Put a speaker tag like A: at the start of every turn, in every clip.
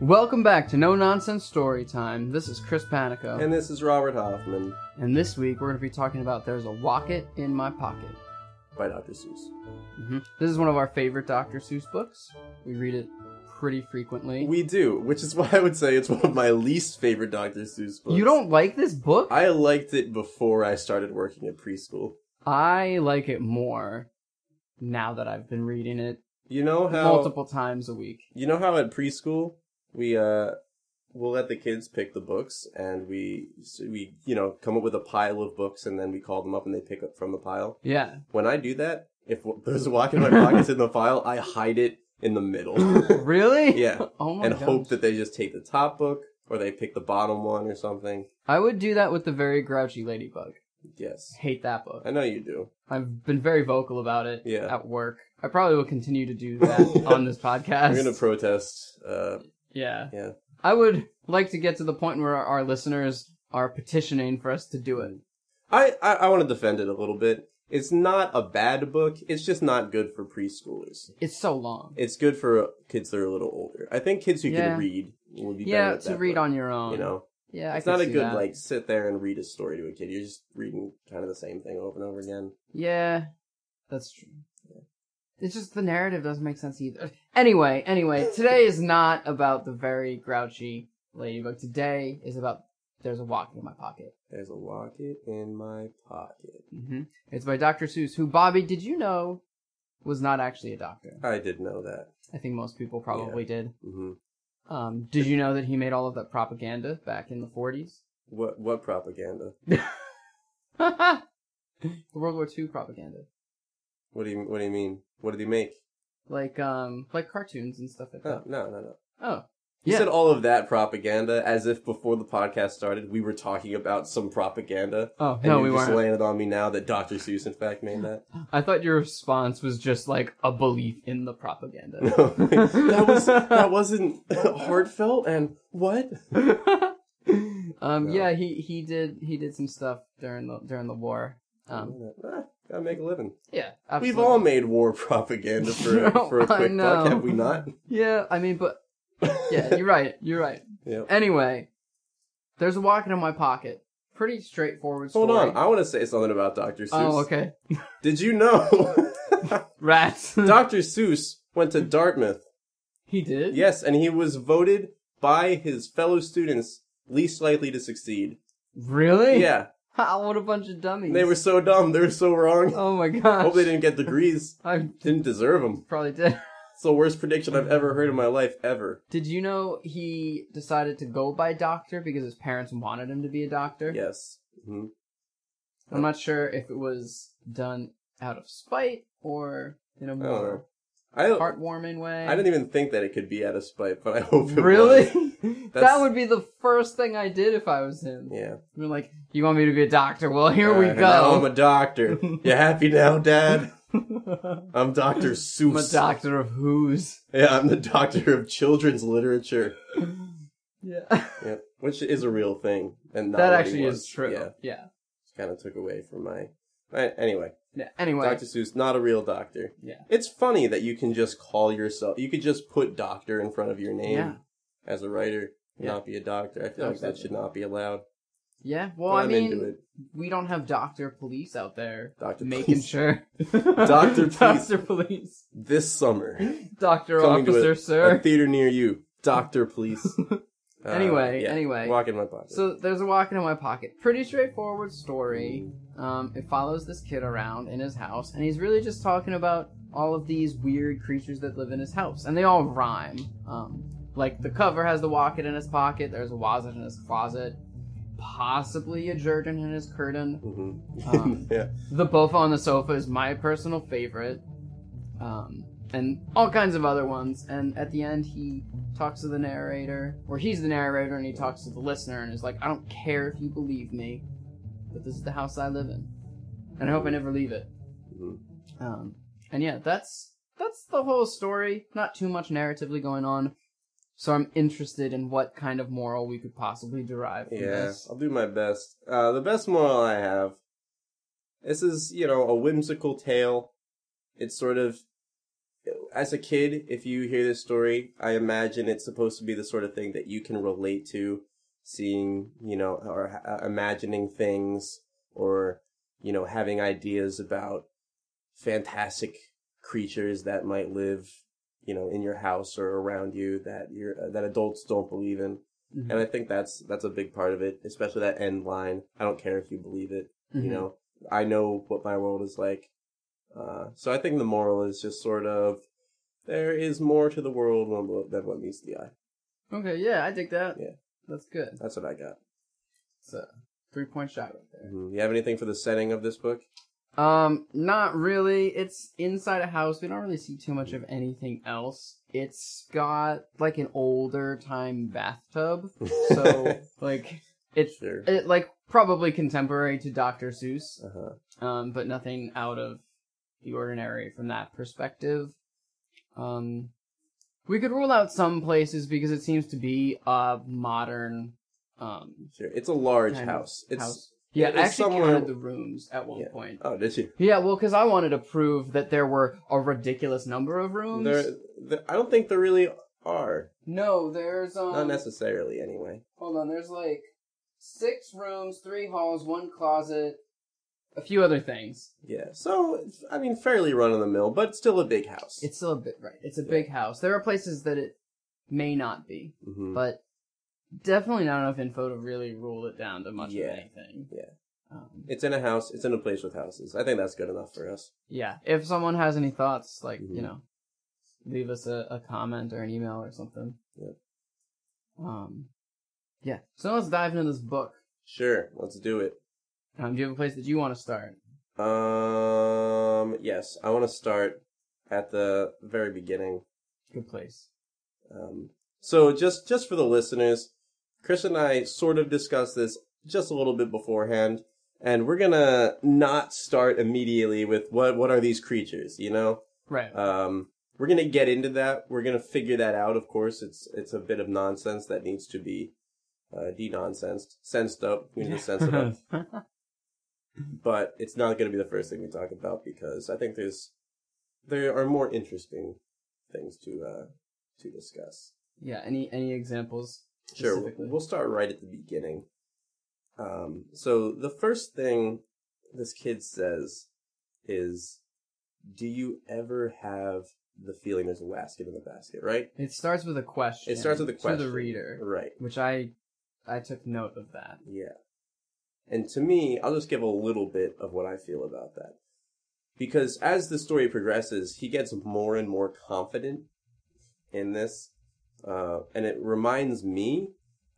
A: Welcome back to No Nonsense Story Time. This is Chris Panico.
B: And this is Robert Hoffman
A: And this week we're going to be talking about There's a Rocket in My Pocket.
B: by Dr. Seuss.
A: hmm This is one of our favorite Dr. Seuss books. We read it pretty frequently.
B: We do, which is why I would say it's one of my least favorite Dr. Seuss books.
A: you don't like this book?
B: I liked it before I started working at preschool.
A: I like it more now that I've been reading it
B: You know how
A: multiple times a week.
B: you know how at preschool we uh we'll let the kids pick the books and we so we you know come up with a pile of books and then we call them up and they pick up from the pile.
A: Yeah.
B: When I do that, if w- there's a walk in my pockets in the pile, I hide it in the middle.
A: Really?
B: Yeah.
A: Oh my
B: and
A: gosh.
B: hope that they just take the top book or they pick the bottom one or something.
A: I would do that with the very grouchy ladybug.
B: Yes.
A: Hate that book.
B: I know you do.
A: I've been very vocal about it
B: Yeah.
A: at work. I probably will continue to do that on this podcast.
B: I'm going to protest. Uh,
A: yeah.
B: Yeah.
A: I would like to get to the point where our, our listeners are petitioning for us to do it.
B: I, I, I want to defend it a little bit. It's not a bad book. It's just not good for preschoolers.
A: It's so long.
B: It's good for uh, kids that are a little older. I think kids who
A: Yeah.
B: can read would be better
A: yeah,
B: at
A: to
B: that
A: read
B: book,
A: on your own.
B: You know,
A: Yeah, I
B: it's
A: could
B: not a
A: see
B: good
A: that.
B: like sit there and read a story to a kid. You're just reading kind of the same thing over and over again.
A: Yeah, that's true. It's just the narrative doesn't make sense either. Anyway, anyway, today is not about the very grouchy ladybug. Today is about there's a walk in my pocket.
B: There's a locket in my pocket.
A: hmm It's by Dr. Seuss, who Bobby, did you know, was not actually a doctor.
B: I did know that.
A: I think most people probably did.
B: hmm
A: Um, did you know that he made all of that propaganda back in the 40s?
B: What what propaganda?
A: the World War II propaganda,
B: What do you what do you mean? What did he make?
A: like um, like cartoons and stuff like
B: No,
A: that.
B: no, no, no.
A: Oh,
B: You
A: yeah.
B: said all of that propaganda as if before the podcast started we were talking about some propaganda.
A: oh
B: And
A: no,
B: you
A: we
B: just
A: weren't.
B: landed on me now that Dr. Seuss in fact made that.
A: I thought your response was just like a belief in the propaganda.
B: No, that was that wasn't heartfelt and what?
A: um,
B: No.
A: yeah, he he did he did some stuff during the during the war. Um,
B: Ah, gotta make a living.
A: yeah, absolutely.
B: We've all made war propaganda for a, for a
A: I
B: quick
A: know.
B: buck, have we not?
A: yeah. I mean, but yeah, you're right. You're right.
B: Yep.
A: Anyway, there's a walking in my pocket. Pretty straightforward. Story.
B: Hold on, I want to say something about Dr. Seuss.
A: Oh, okay.
B: Did you know
A: Rats.
B: Dr. Seuss went to Dartmouth
A: he did.
B: Yes, and he was voted by his fellow students least likely to succeed.
A: Really?
B: Yeah,
A: Ha, what a bunch of dummies.
B: they were so dumb. They were so wrong.
A: Oh my gosh.
B: Hope they didn't get degrees.
A: I
B: Didn't deserve them.
A: probably did.
B: It's the worst prediction I've ever heard in my life, ever.
A: Did you know he decided to go by doctor because his parents wanted him to be a doctor?
B: Yes. hmm
A: I'm not sure if it was done out of spite or in a more
B: I
A: heartwarming way.
B: I didn't even think that it could be out of spite, but I hope it
A: really.
B: was.
A: that
B: That's-
A: would be the first thing I did if I was him.
B: Yeah.
A: We're like, you want me to be a doctor? Well, here we
B: Alright, and Now I'm
A: go.
B: a doctor. You happy now, Dad?
A: I'm
B: I'm Dr. Seuss.
A: doctor of who's.
B: Yeah, I'm the doctor of children's literature.
A: Yeah,
B: Yeah, which is a real thing, and not
A: that
B: what he
A: actually
B: was.
A: is true.
B: Yeah.
A: Yeah. yeah.
B: kind of took away from my. I- Anyway,
A: Anyway,
B: Dr. Seuss, not a real doctor.
A: Yeah.
B: It's funny that you can just call yourself. You could just put doctor in front of your name
A: Yeah.
B: as a writer, and
A: Yeah.
B: not be a doctor. I feel like that
A: Absolutely.
B: should not be allowed.
A: yeah. Well,
B: But
A: I
B: I'm
A: mean,
B: into it.
A: we don't have doctor police out there
B: Doctor
A: making
B: Police.
A: sure
B: Doctor police.
A: doctor police
B: This summer,
A: doctor
B: Coming to
A: officer
B: a
A: sir
B: theater near you, Doctor Police. Uh,
A: Anyway, anyway.
B: walk in my pocket.
A: so there's a walking in my pocket pretty straightforward story um, it follows this kid around in his house and he's really just talking about all of these weird creatures that live in his house and they all rhyme um, like the cover has the walking in his pocket there's a wazit in his closet possibly a jerkin in his curtain
B: Mhm.
A: um,
B: yeah,
A: The Bofa on the Sofa is my personal favorite. Um, and all kinds of other ones. And at the end, he talks to the narrator, or he's the narrator, and he talks to the listener and is like, I don't care if you believe me, but this is the house I live in. And I hope I never leave it.
B: Mhm.
A: Um, and yeah, that's that's the whole story. Not too much narratively going on. So I'm interested in what kind of moral we could possibly derive from
B: yeah.
A: this.
B: I'll do my best. Uh, the best moral I have. This is, you know, a whimsical tale. It's sort of as a kid, if you hear this story, I imagine it's supposed to be the sort of thing that you can relate to, seeing, you know, or uh, imagining things, or you know, having ideas about fantastic creatures that might live, you know, in your house or around you that you that adults don't believe in.
A: Mhm.
B: And I think that's that's a big part of it, especially that end line. I don't care if you believe it you
A: Mhm.
B: know i know what my world is like uh, so i think the moral is just sort of there is more to the world than what- than what meets the eye
A: Okay, yeah, I dig that.
B: Yeah.
A: That's good.
B: that's what i got
A: It's a three point shot right there.
B: Mhm. you have anything for the setting of this book
A: Um, not really. It's inside a house. We don't really see too much of anything else. It's got like an older time bathtub. So like it's
B: sure
A: it, like probably contemporary to Dr. Seuss.
B: uh-huh.
A: Um, but nothing out of the ordinary from that perspective. Um, we could rule out some places because it seems to be a modern um
B: sure it's a large
A: Kind of
B: house it's
A: house. Yeah,
B: it
A: I
B: is
A: actually
B: somewhere-
A: counted the rooms at one
B: Yeah.
A: point.
B: oh did you
A: Yeah, well, because I wanted to prove that there were a ridiculous number of rooms.
B: there, there i don't think there really are
A: No, there's um.
B: not necessarily anyway
A: Hold on, there's like six rooms, three halls, one closet, a few other things.
B: yeah so i mean fairly run-of-the-mill but still a big house
A: It's still a bit right. It's a
B: Yeah.
A: big house. There are places that it may not be,
B: Mhm.
A: but definitely not enough info to really rule it down to much
B: Yeah.
A: of anything.
B: Yeah.
A: Um,
B: it's in a house it's in a place with houses i think that's good enough for us
A: yeah if someone has any thoughts like you
B: Mhm.
A: know leave us a, a comment or an email or something
B: Yeah.
A: um yeah so let's dive into this book
B: sure let's do it
A: um do you have a place that you want to start
B: Um. Yes, I want to start at the very beginning.
A: good place
B: Um. So just just for the listeners, Chris and I sort of discussed this just a little bit beforehand, and we're gonna not start immediately with what what are these creatures, you know?
A: right
B: Um. We're gonna get into that. We're gonna figure that out. Of course, it's it's a bit of nonsense that needs to be uh, de-nonsensed, sensed up. We need to sense it up. but it's not going to be the first thing we talk about because I think there's there are more interesting things to uh to discuss.
A: yeah any any examples
B: Sure, we'll-
A: Specifically.
B: we'll start right at the beginning. Um, so the first thing this kid says is, "Do you ever have the feeling there's a basket in the basket?" Right.
A: it starts with a question
B: It starts with a question
A: to the reader
B: Right.
A: which i i took note of that
B: Yeah. And to me, I'll just give a little bit of what I feel about that. Because as the story progresses, he gets more and more confident in this. Uh, and it reminds me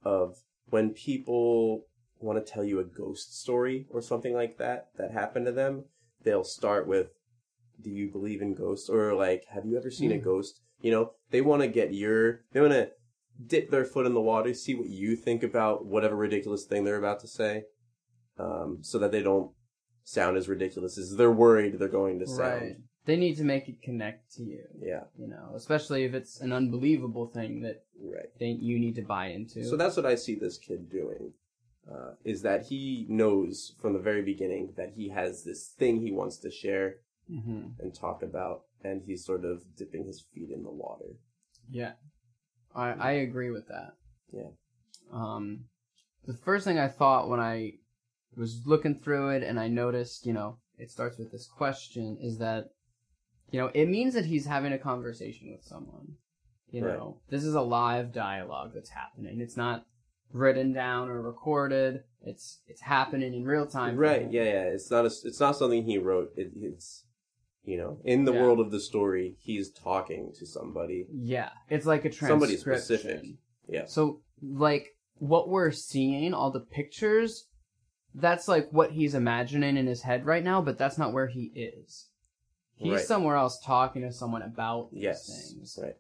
B: of when people want to tell you a ghost story or something like that that happened to them. They'll start with, Do you believe in ghosts? Or like, Have you ever seen a
A: Mm.
B: ghost? You know, they want to get your, they want to dip their foot in the water, see what you think about whatever ridiculous thing they're about to say, um, so that they don't sound as ridiculous as they're worried they're going to sound.
A: right they need to make it connect to you
B: Yeah,
A: you know especially if it's an unbelievable thing that
B: right.
A: they, you need to buy into
B: So that's what I see this kid doing. Uh, is that he knows from the very beginning that he has this thing he wants to share
A: hmm
B: and talk about, and he's sort of dipping his feet in the water.
A: Yeah, I I agree with that.
B: Yeah.
A: Um, the first thing I thought when I was looking through it and I noticed, you know, it starts with this question is that, you know, it means that he's having a conversation with someone. You
B: Right.
A: know, this is a live dialogue that's happening. It's not written down or recorded. It's it's happening in real time. for
B: right?
A: him.
B: Yeah, yeah. It's not a, it's not something he wrote. It, it's you know, in the
A: Yeah.
B: world of the story, he's talking to somebody.
A: Yeah, it's like a
B: Somebody
A: transcription.
B: specific. Yeah.
A: So, like, what we're seeing, all the pictures, that's like what he's imagining in his head right now, but that's not where he is. He's
B: Right.
A: somewhere else talking to someone about these
B: Yes.
A: things.
B: Right.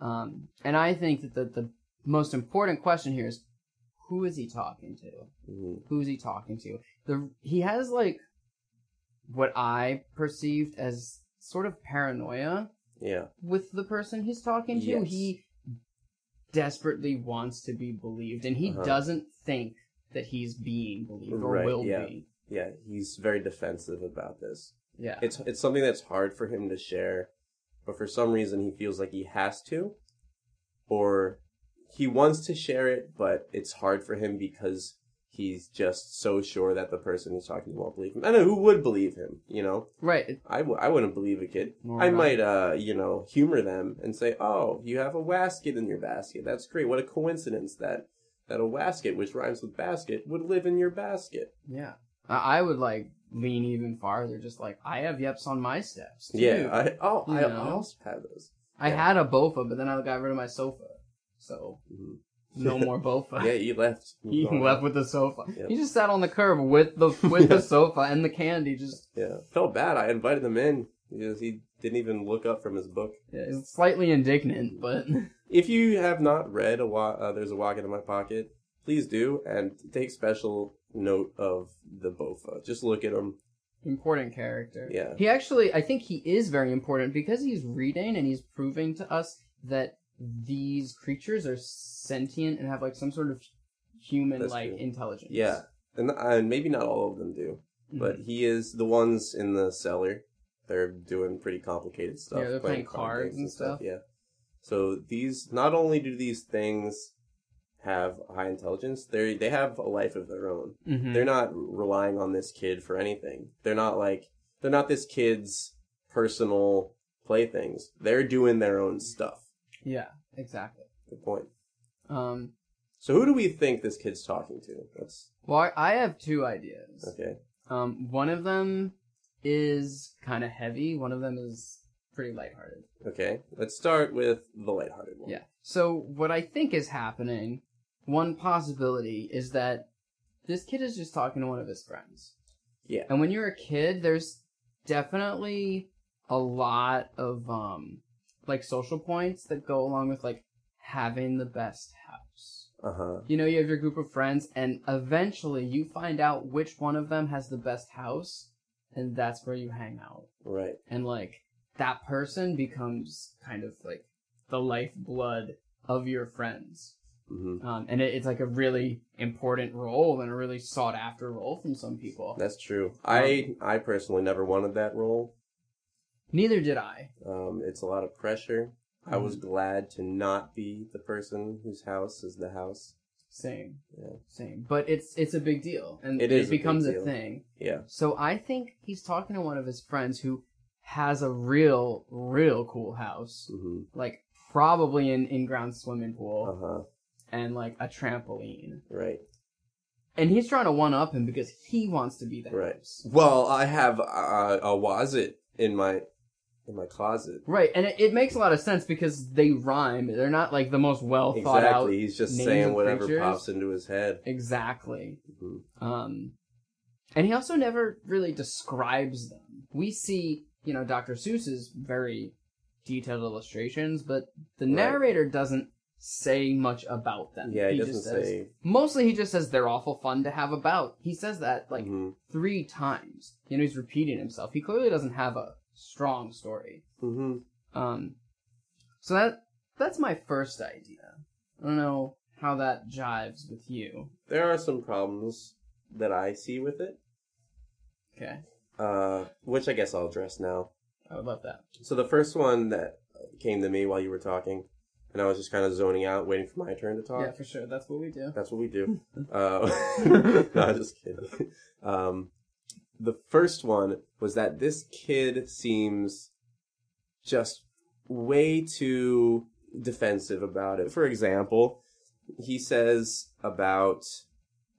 A: Um, and I think that the, the most important question here is who is he talking to?
B: hmm
A: Who's he talking to? The He has, like, what I perceived as sort of paranoia
B: Yeah.
A: with the person he's talking to.
B: Yes.
A: He desperately wants to be believed, and he
B: Uh-huh.
A: doesn't think that he's being believed or
B: Right,
A: will
B: yeah.
A: be.
B: Yeah. He's very defensive about this.
A: Yeah.
B: It's it's something that's hard for him to share, but for some reason he feels like he has to, or he wants to share it, but it's hard for him because he's just so sure that the person he's talking to won't believe him. I know who would believe him, you know?
A: Right. it-
B: I, w- I wouldn't believe a kid.
A: nor
B: I
A: would
B: might, uh, you know, humor them and say, "Oh, you have a wasket in your basket. That's great. What a coincidence that that a wasket, which rhymes with basket, would live in your basket."
A: Yeah. I, I would like lean even farther, just like I have yeps on my steps. too.
B: Yeah. I, oh, I,
A: You
B: I
A: know.
B: also have those.
A: I
B: Yeah.
A: had a bofa, but then I got rid of my sofa. So
B: Mhm.
A: no more bofa.
B: Yeah, you left.
A: He left with the sofa.
B: Yep.
A: He just sat on the curb with the with the sofa and the candy. Just
B: Yeah, felt bad. I invited him in. He, just- he didn't even look up from his book.
A: yeah, he's slightly indignant, but
B: If you have not read a wa- uh, there's a wagon in my pocket, please do and take special note of the bofa. Just look at him.
A: important character.
B: Yeah.
A: He actually, I think he is very important because he's reading and he's proving to us that these creatures are sentient and have like some sort of human like
B: That's true.
A: intelligence.
B: Yeah, and and maybe not all of them do.
A: Mhm.
B: but he is the ones in the cellar. They're doing pretty complicated stuff.
A: Yeah, they're playing
B: card
A: cards
B: games
A: and stuff.
B: Yeah. So these not only do these things have high intelligence, they they have a life of their own.
A: Mhm.
B: They're not relying on this kid for anything. They're not like they're not this kid's personal playthings. They're doing their own stuff.
A: yeah, exactly.
B: Good point.
A: Um,
B: So who do we think this kid's talking to? That's
A: well, I- I have two ideas.
B: okay.
A: Um, one of them is kind of heavy. One of them is pretty lighthearted.
B: Okay. Let's start with the lighthearted one.
A: Yeah. So what I think is happening, one possibility is that this kid is just talking to one of his friends.
B: Yeah.
A: And when you're a kid, there's definitely a lot of um like social points that go along with like having the best house.
B: Uh huh.
A: You know, you have your group of friends and eventually you find out which one of them has the best house and that's where you hang out
B: Right.
A: and like that person becomes kind of like the lifeblood of your friends
B: hmm
A: um, and it, it's like a really important role and a really sought after role from some people
B: That's true. I I personally never wanted that role.
A: neither did i
B: Um, it's a lot of pressure. I was glad to not be the person whose house is the house.
A: same
B: Yeah.
A: same but it's it's a big deal and
B: It
A: it,
B: is a big
A: becomes a,
B: deal.
A: thing
B: Yeah.
A: so i think he's talking to one of his friends who has a real real cool house
B: hmm
A: like probably an in-ground swimming pool
B: Uh huh.
A: and like a trampoline
B: Right.
A: and he's trying to one up him because he wants to be the
B: Right.
A: house
B: Well, I have uh, a wazit in my in my closet.
A: Right, and it, it makes a lot of sense because they rhyme. They're not like the most well thought out.
B: Exactly. He's just
A: names
B: saying
A: of
B: whatever
A: creatures.
B: pops into his head.
A: Exactly.
B: Mhm.
A: Um, and he also never really describes them. We see, you know, Dr. Seuss's very detailed illustrations, but the
B: Right.
A: narrator doesn't say much about them.
B: Yeah. He, doesn't
A: just says,
B: say.
A: Mostly, he just says they're awful fun to have about. He says that like
B: Mhm.
A: three times. You know, he's repeating himself. He clearly doesn't have a strong story.
B: Mhm.
A: Um, so that that's my first idea. I don't know how that jives with you.
B: There are some problems that I see with it,
A: Okay,
B: uh, which I guess I'll address now.
A: I would love that.
B: So the first one that came to me while you were talking, and I was just kind of zoning out, waiting for my turn to talk.
A: Yeah, for sure. That's what we do.
B: That's what we do. uh, no, I'm just kidding. Um, the first one was that this kid seems just way too defensive about it. For example, he says about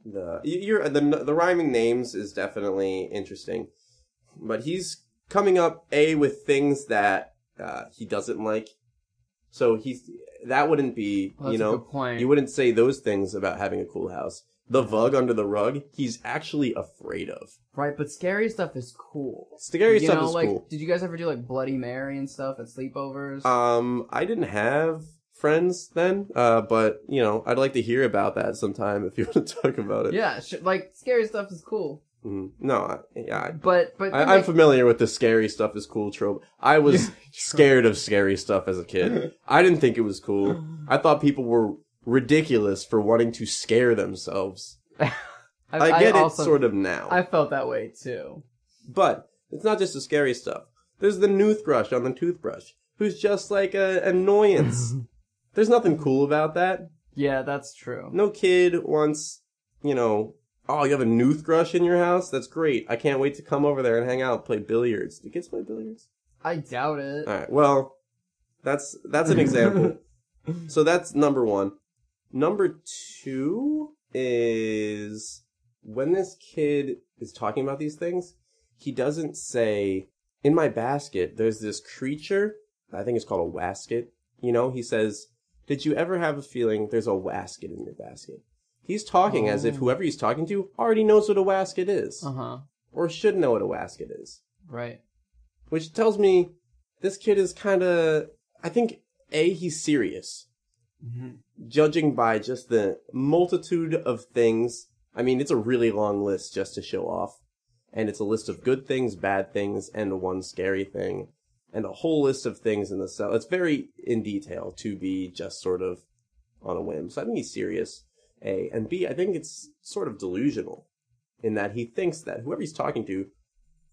B: the y- you're, the the rhyming names is definitely interesting, but he's coming up a with things that uh, he doesn't like. So he's that wouldn't be
A: Well, that's
B: you
A: a
B: know
A: good point.
B: you wouldn't say those things about having a cool house. The vug under the rug, he's actually afraid of.
A: right, but scary stuff is cool.
B: Scary
A: you
B: stuff
A: know,
B: is
A: like,
B: cool.
A: did you guys ever do like Bloody Mary and stuff at sleepovers?
B: Um, I didn't have friends then, uh, but you know, I'd like to hear about that sometime if you want to talk about it.
A: yeah, sh- like scary stuff is cool,
B: Mhm. No, I, yeah,
A: but but
B: I,
A: then,
B: I, I'm
A: like,
B: familiar with the scary stuff is cool trope. I was scared of scary stuff as a kid. I didn't think it was cool. I thought people were ridiculous for wanting to scare themselves. I, get it sort of now.
A: I felt that way too.
B: But it's not just the scary stuff. There's the toothbrush on the toothbrush. who's just like an annoyance. There's nothing cool about that.
A: Yeah, that's true.
B: No kid wants, you know, oh, you have a Newth Grush in your house? That's great. I can't wait to come over there and hang out, play billiards. Do kids play billiards?
A: I doubt it.
B: All right. Well, that's that's an example. so that's number one. Number two is when this kid is talking about these things, he doesn't say, "In my basket, there's this creature." I think it's called a wasket. You know, he says, "Did you ever have a feeling there's a wasket in your basket?" He's talking as if
A: Oh.
B: whoever he's talking to already knows what a wasket is,
A: Uh huh.
B: or should know what a wasket is
A: Right.
B: which tells me this kid is kind of i think a he's serious
A: Mm-hmm,
B: judging by just the multitude of things i mean it's a really long list just to show off and it's a list of good things bad things and one scary thing and a whole list of things in the cell it's very in detail to be just sort of on a whim so i think he's serious a and b i think it's sort of delusional in that he thinks that whoever he's talking to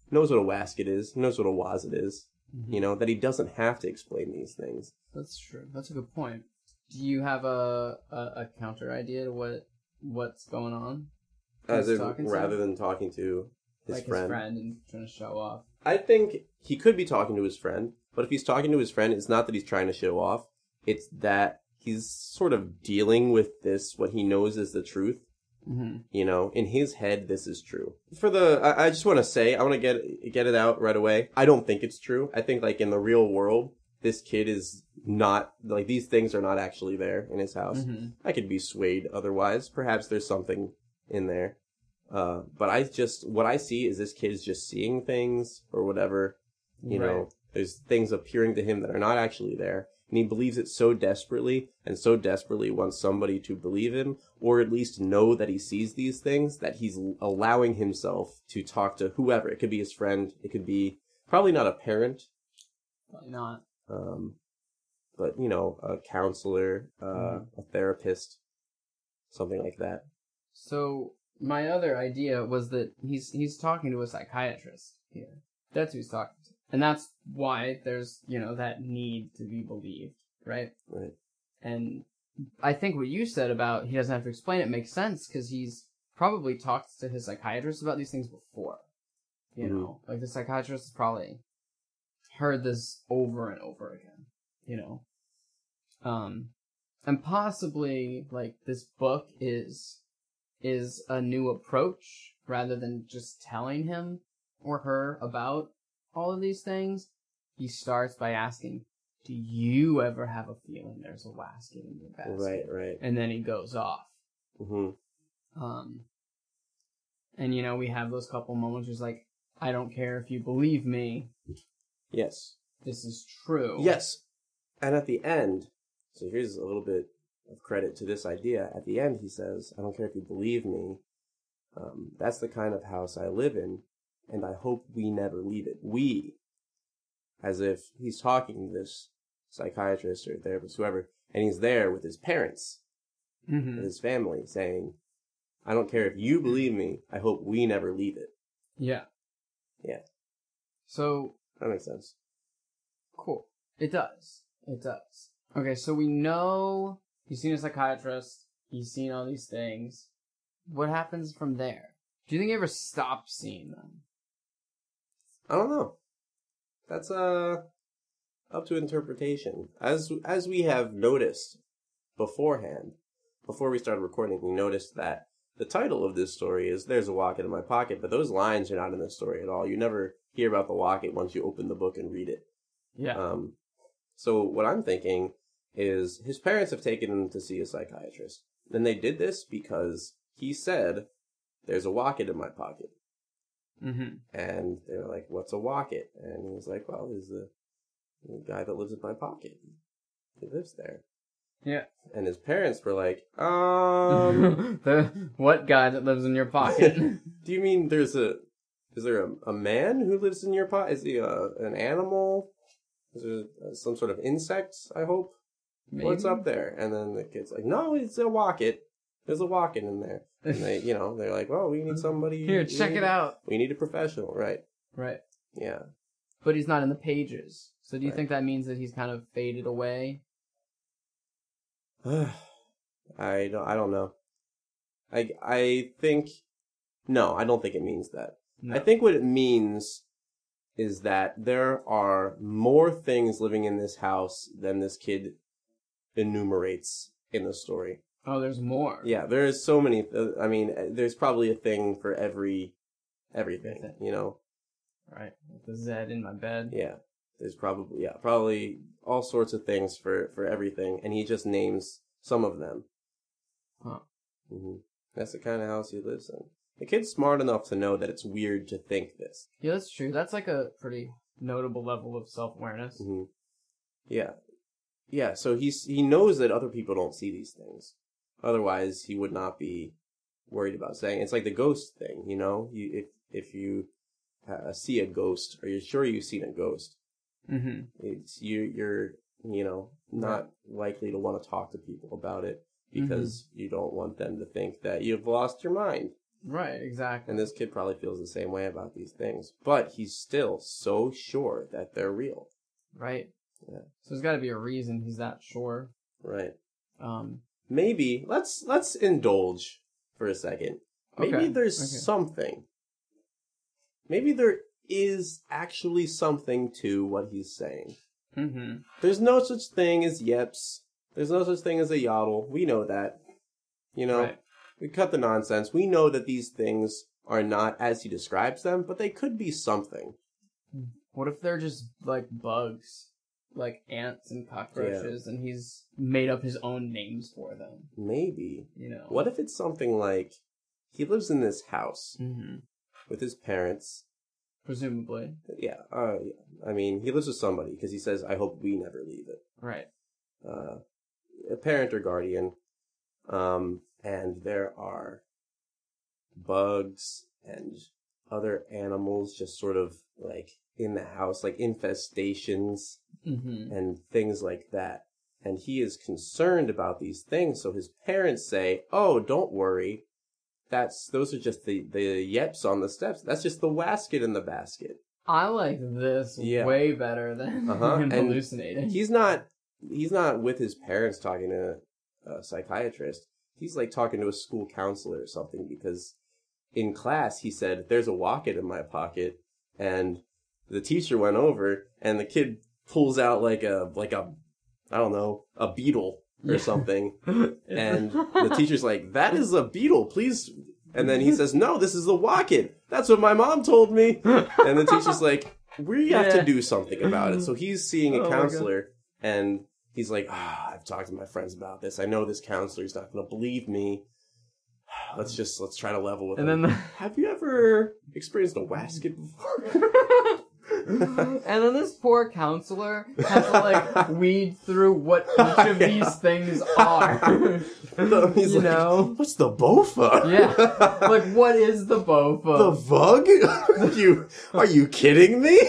B: knows what a wasket is knows what a wazit is
A: mm-hmm.
B: you know that he doesn't have to explain these things
A: That's true. That's a good point. Do you have a a, a counter idea to what what's going on?
B: as
A: Who's
B: in,
A: talking to
B: rather
A: him?
B: than talking to his,
A: like
B: friend.
A: his friend and trying to show off.
B: I think he could be talking to his friend, but if he's talking to his friend, it's not that he's trying to show off. It's that he's sort of dealing with this what he knows is the truth.
A: Mm-hmm.
B: You know, in his head, this is true. For the, I, I just want to say, I want to get get it out right away. I don't think it's true. I think like in the real world, this kid is not like these things are not actually there in his house.
A: Mm-hmm.
B: I could be swayed otherwise. Perhaps there's something in there. Uh, but I just, what I see is this kid is just seeing things or whatever. You know, there's things appearing to him that are not actually there. And he believes it so desperately and so desperately wants somebody to believe him or at least know that he sees these things that he's l- allowing himself to talk to whoever. It could be his friend. It could be probably not a parent.
A: Probably not.
B: Um, but you know, a counselor, uh, a therapist, something like that.
A: So my other idea was that he's he's talking to a psychiatrist here. That's who he's talking to, and that's why there's you know that need to be believed, right?
B: Right.
A: And I think what you said about he doesn't have to explain it makes sense because he's probably talked to his psychiatrist about these things before. You
B: Mhm.
A: know, like the psychiatrist has probably heard this over and over again. You know, um, and possibly like this book is is a new approach rather than just telling him or her about all of these things. He starts by asking, "Do you ever have a feeling there's a wasket in your basket?"
B: Right, right.
A: And then he goes off.
B: hmm
A: Um, and you know, we have those couple moments where it's like, "I don't care if you believe me.
B: Yes.
A: This is true."
B: Yes. And at the end, so here's a little bit of credit to this idea. At the end, he says, I don't care if you believe me. Um, that's the kind of house I live in, and I hope we never leave it. We. As if he's talking to this psychiatrist or therapist, whoever, and he's there with his parents and
A: hmm
B: his family saying, I don't care if you believe me. I hope we never leave it.
A: Yeah.
B: Yeah.
A: So
B: That makes sense.
A: Cool. It does. It does. Okay, so we know he's seen a psychiatrist. He's seen all these things. What happens from there? Do you think he ever stops seeing them?
B: I don't know. That's uh up to interpretation. As as we have noticed beforehand, before we started recording, we noticed that the title of this story is "There's a Locket in My Pocket," but those lines are not in this story at all. You never hear about the locket once you open the book and read it.
A: Yeah.
B: Um, so what I'm thinking is his parents have taken him to see a psychiatrist. Then they did this because he said, "There's a locket in my pocket."
A: mm-hmm.
B: And they were like, "What's a wocket?" And he was like, "Well, he's the, the guy that lives in my pocket. He lives there."
A: Yeah.
B: And his parents were like, "Um,
A: the what guy that lives in your pocket?
B: do you mean there's a is there a, a man who lives in your pot? Is he a, an animal? Is there uh, some sort of insect? I hope. What's
A: Maybe?
B: up there?" And then the kid's like, "No, it's a wocket. There's a wocket in there." And they, you know, they're like, "Well, we need somebody
A: Mm-hmm. Here,
B: we
A: check
B: need-
A: it out.
B: We need a professional, right?"
A: Right.
B: Yeah.
A: but he's not in the pages. So do you
B: Right.
A: think that means that he's kind of faded away?
B: I don't. I don't know. I I think no. I don't think it means that.
A: No.
B: I think what it means is that there are more things living in this house than this kid enumerates in the story.
A: Oh, there's more.
B: Yeah, there is so many. Uh, I mean, uh, there's probably a thing for every everything.
A: Everything.
B: You know.
A: Right. With the Zed in my bed.
B: Yeah, there's probably yeah probably all sorts of things for for everything, and he just names some of them.
A: Huh.
B: hmm That's the kind of house he lives in. The kid's smart enough to know that it's weird to think this.
A: Yeah, that's true. That's like a pretty notable level of self awareness.
B: hmm Yeah, yeah. So he's he knows that other people don't see these things. Otherwise, he would not be worried about saying it's like the ghost thing. You know, you if if you uh, see a ghost, are you sure you've seen a ghost?
A: Mm-hmm.
B: it's you you're you know not likely to want to talk to people about it because you don't want them to think that you've lost your mind
A: Right, exactly.
B: and this kid probably feels the same way about these things but he's still so sure that they're real
A: right.
B: Yeah.
A: So there's got to be a reason he's that sure.
B: right
A: Um,
B: maybe let's let's indulge for a second maybe
A: Okay,
B: there's
A: okay.
B: something maybe there is actually something to what he's saying
A: mm-hmm.
B: There's no such thing as yeps. There's no such thing as a yodel. We know that. You know,
A: Right.
B: we cut the nonsense. We know that these things are not as he describes them, but they could be something.
A: What if they're just like bugs, like ants and cockroaches, and he's made up his own names for them?
B: Maybe.
A: You know.
B: What if it's something like he lives in this house
A: Mm-hmm.
B: with his parents?
A: Presumably.
B: Yeah, uh, I mean, he lives with somebody because he says, I hope we never leave it.
A: Right.
B: uh, a parent or guardian, um, and there are bugs and other animals just sort of like in the house, like infestations
A: Mm-hmm.
B: and things like that. And he is concerned about these things, so his parents say, "Oh, don't worry, that's those are just the the yeps on the steps. That's just the wasket in the basket."
A: I like this
B: Yeah.
A: way better than
B: Uh-huh,
A: him
B: and-
A: hallucinating.
B: he's not he's not with his parents talking to a psychiatrist he's like talking to a school counselor or something because in class he said there's a locket in my pocket and the teacher went over and the kid pulls out like a like a i don't know a beetle or
A: Yeah.
B: something and the teacher's like that is a beetle please and then he says no this is the locket that's what my mom told me and the teacher's like, "We have
A: Yeah.
B: to do something about it." So he's seeing a
A: Oh my God.
B: counselor, and he's like, "Ah, I've talked to my friends about this. I know this counselor's not going to believe me. Let's just let's try to level with
A: and
B: him."
A: then the.
B: have you ever experienced a wasket before?
A: and then this poor counselor has to like weed through what each of
B: Yeah.
A: these things are.
B: So he's
A: you
B: like,
A: know?
B: "What's the bofa?"
A: Yeah. Like, what is the
B: The
A: bofa?
B: vug? Are you are you kidding me?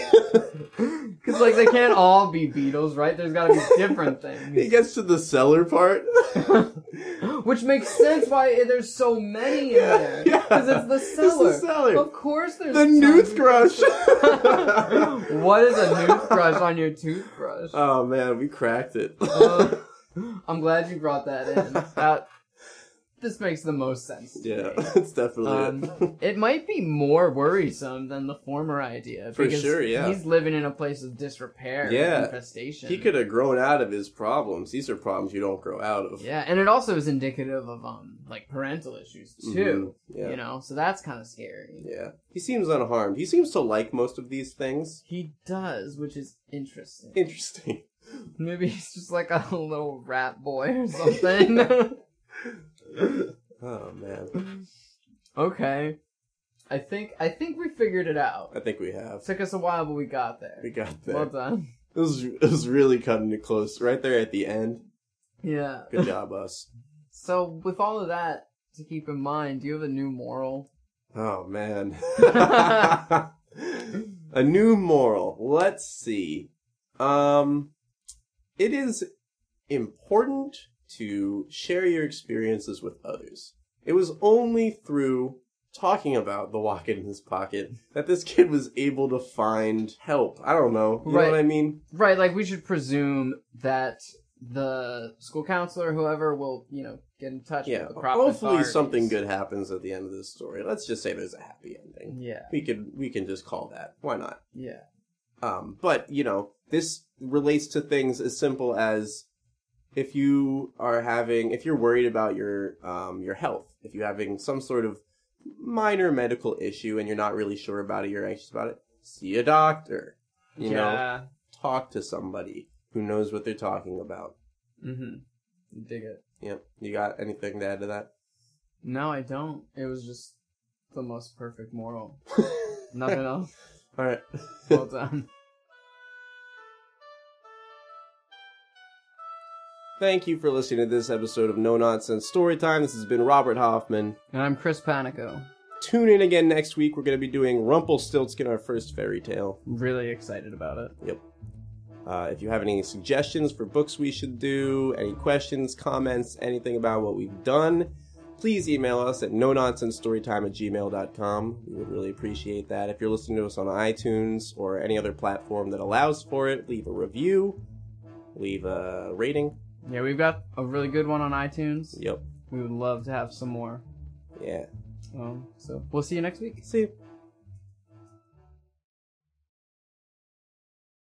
A: Because like they can't all be beetles, right? There's got to be different
B: he
A: things,
B: gets to the cellar part.
A: which makes sense why there's so many in there. Because it's the
B: It's
A: cellar.
B: the cellar.
A: Of course, there's
B: the
A: so
B: Newth
A: many-
B: Crush.
A: what is a toothbrush on your toothbrush?
B: oh man, we cracked it.
A: Uh, I'm glad you brought that in. That this makes the most sense. to
B: yeah,
A: me.
B: it's definitely it.
A: Um, it might be more worrisome than the former idea.
B: For
A: because
B: sure, yeah.
A: He's living in a place of disrepair,
B: Yeah.
A: and infestation.
B: he could have grown out of his problems. These are problems you don't grow out of.
A: Yeah, and it also is indicative of um like parental issues too.
B: Mhm, yeah.
A: You know, so that's kind of scary.
B: Yeah, he seems unharmed. He seems to like most of these things.
A: He does, which is interesting.
B: Interesting.
A: Maybe he's just like a little rat boy or something.
B: Oh man,
A: okay. I think I think we figured it out.
B: I think we have.
A: It took us a while, but we got there.
B: We got there.
A: Well done.
B: It was it was really cutting it close right there at the end.
A: Yeah.
B: Good job, us.
A: So with all of that to keep in mind, do you have a new moral?
B: Oh man. A new moral. Let's see. Um it is important to share your experiences with others. It was only through talking about the wallet in his pocket that this kid was able to find help. I don't know. You
A: Right.
B: know what I mean?
A: Right, like we should presume that the school counselor, whoever, will you know get in touch
B: Yeah.
A: with the proper
B: Hopefully
A: authorities.
B: something good happens at the end of this story. Let's just say there's a happy ending.
A: Yeah,
B: We could we can just call that. Why not?
A: yeah,
B: Um, but you know, this relates to things as simple as if you are having, if you're worried about your um, your health, if you're having some sort of minor medical issue and you're not really sure about it, you're anxious about it, see a doctor. You know,
A: yeah.
B: talk to somebody who knows what they're talking about.
A: Mm-hmm. Dig it.
B: Yep. You got anything to add to that?
A: No, I don't. It was just the most perfect moral. Nothing else.
B: All right.
A: Well done.
B: Thank you for listening to this episode of No Nonsense Storytime. This has been Robert Hoffman.
A: And I'm Chris Panico.
B: Tune in again next week. We're going to be doing Rumpelstiltskin, our first fairy tale.
A: Really excited about it.
B: Uh, if you have any suggestions for books we should do, any questions, comments, anything about what we've done, please email us at no nonsense storytime at gmail.com. We would really appreciate that. If you're listening to us on iTunes or any other platform that allows for it, leave a review, leave a rating.
A: Yeah, we've got a really good one on iTunes.
B: Yep.
A: We would love to have some more.
B: Yeah.
A: Um, so we'll see you next week.
B: See you.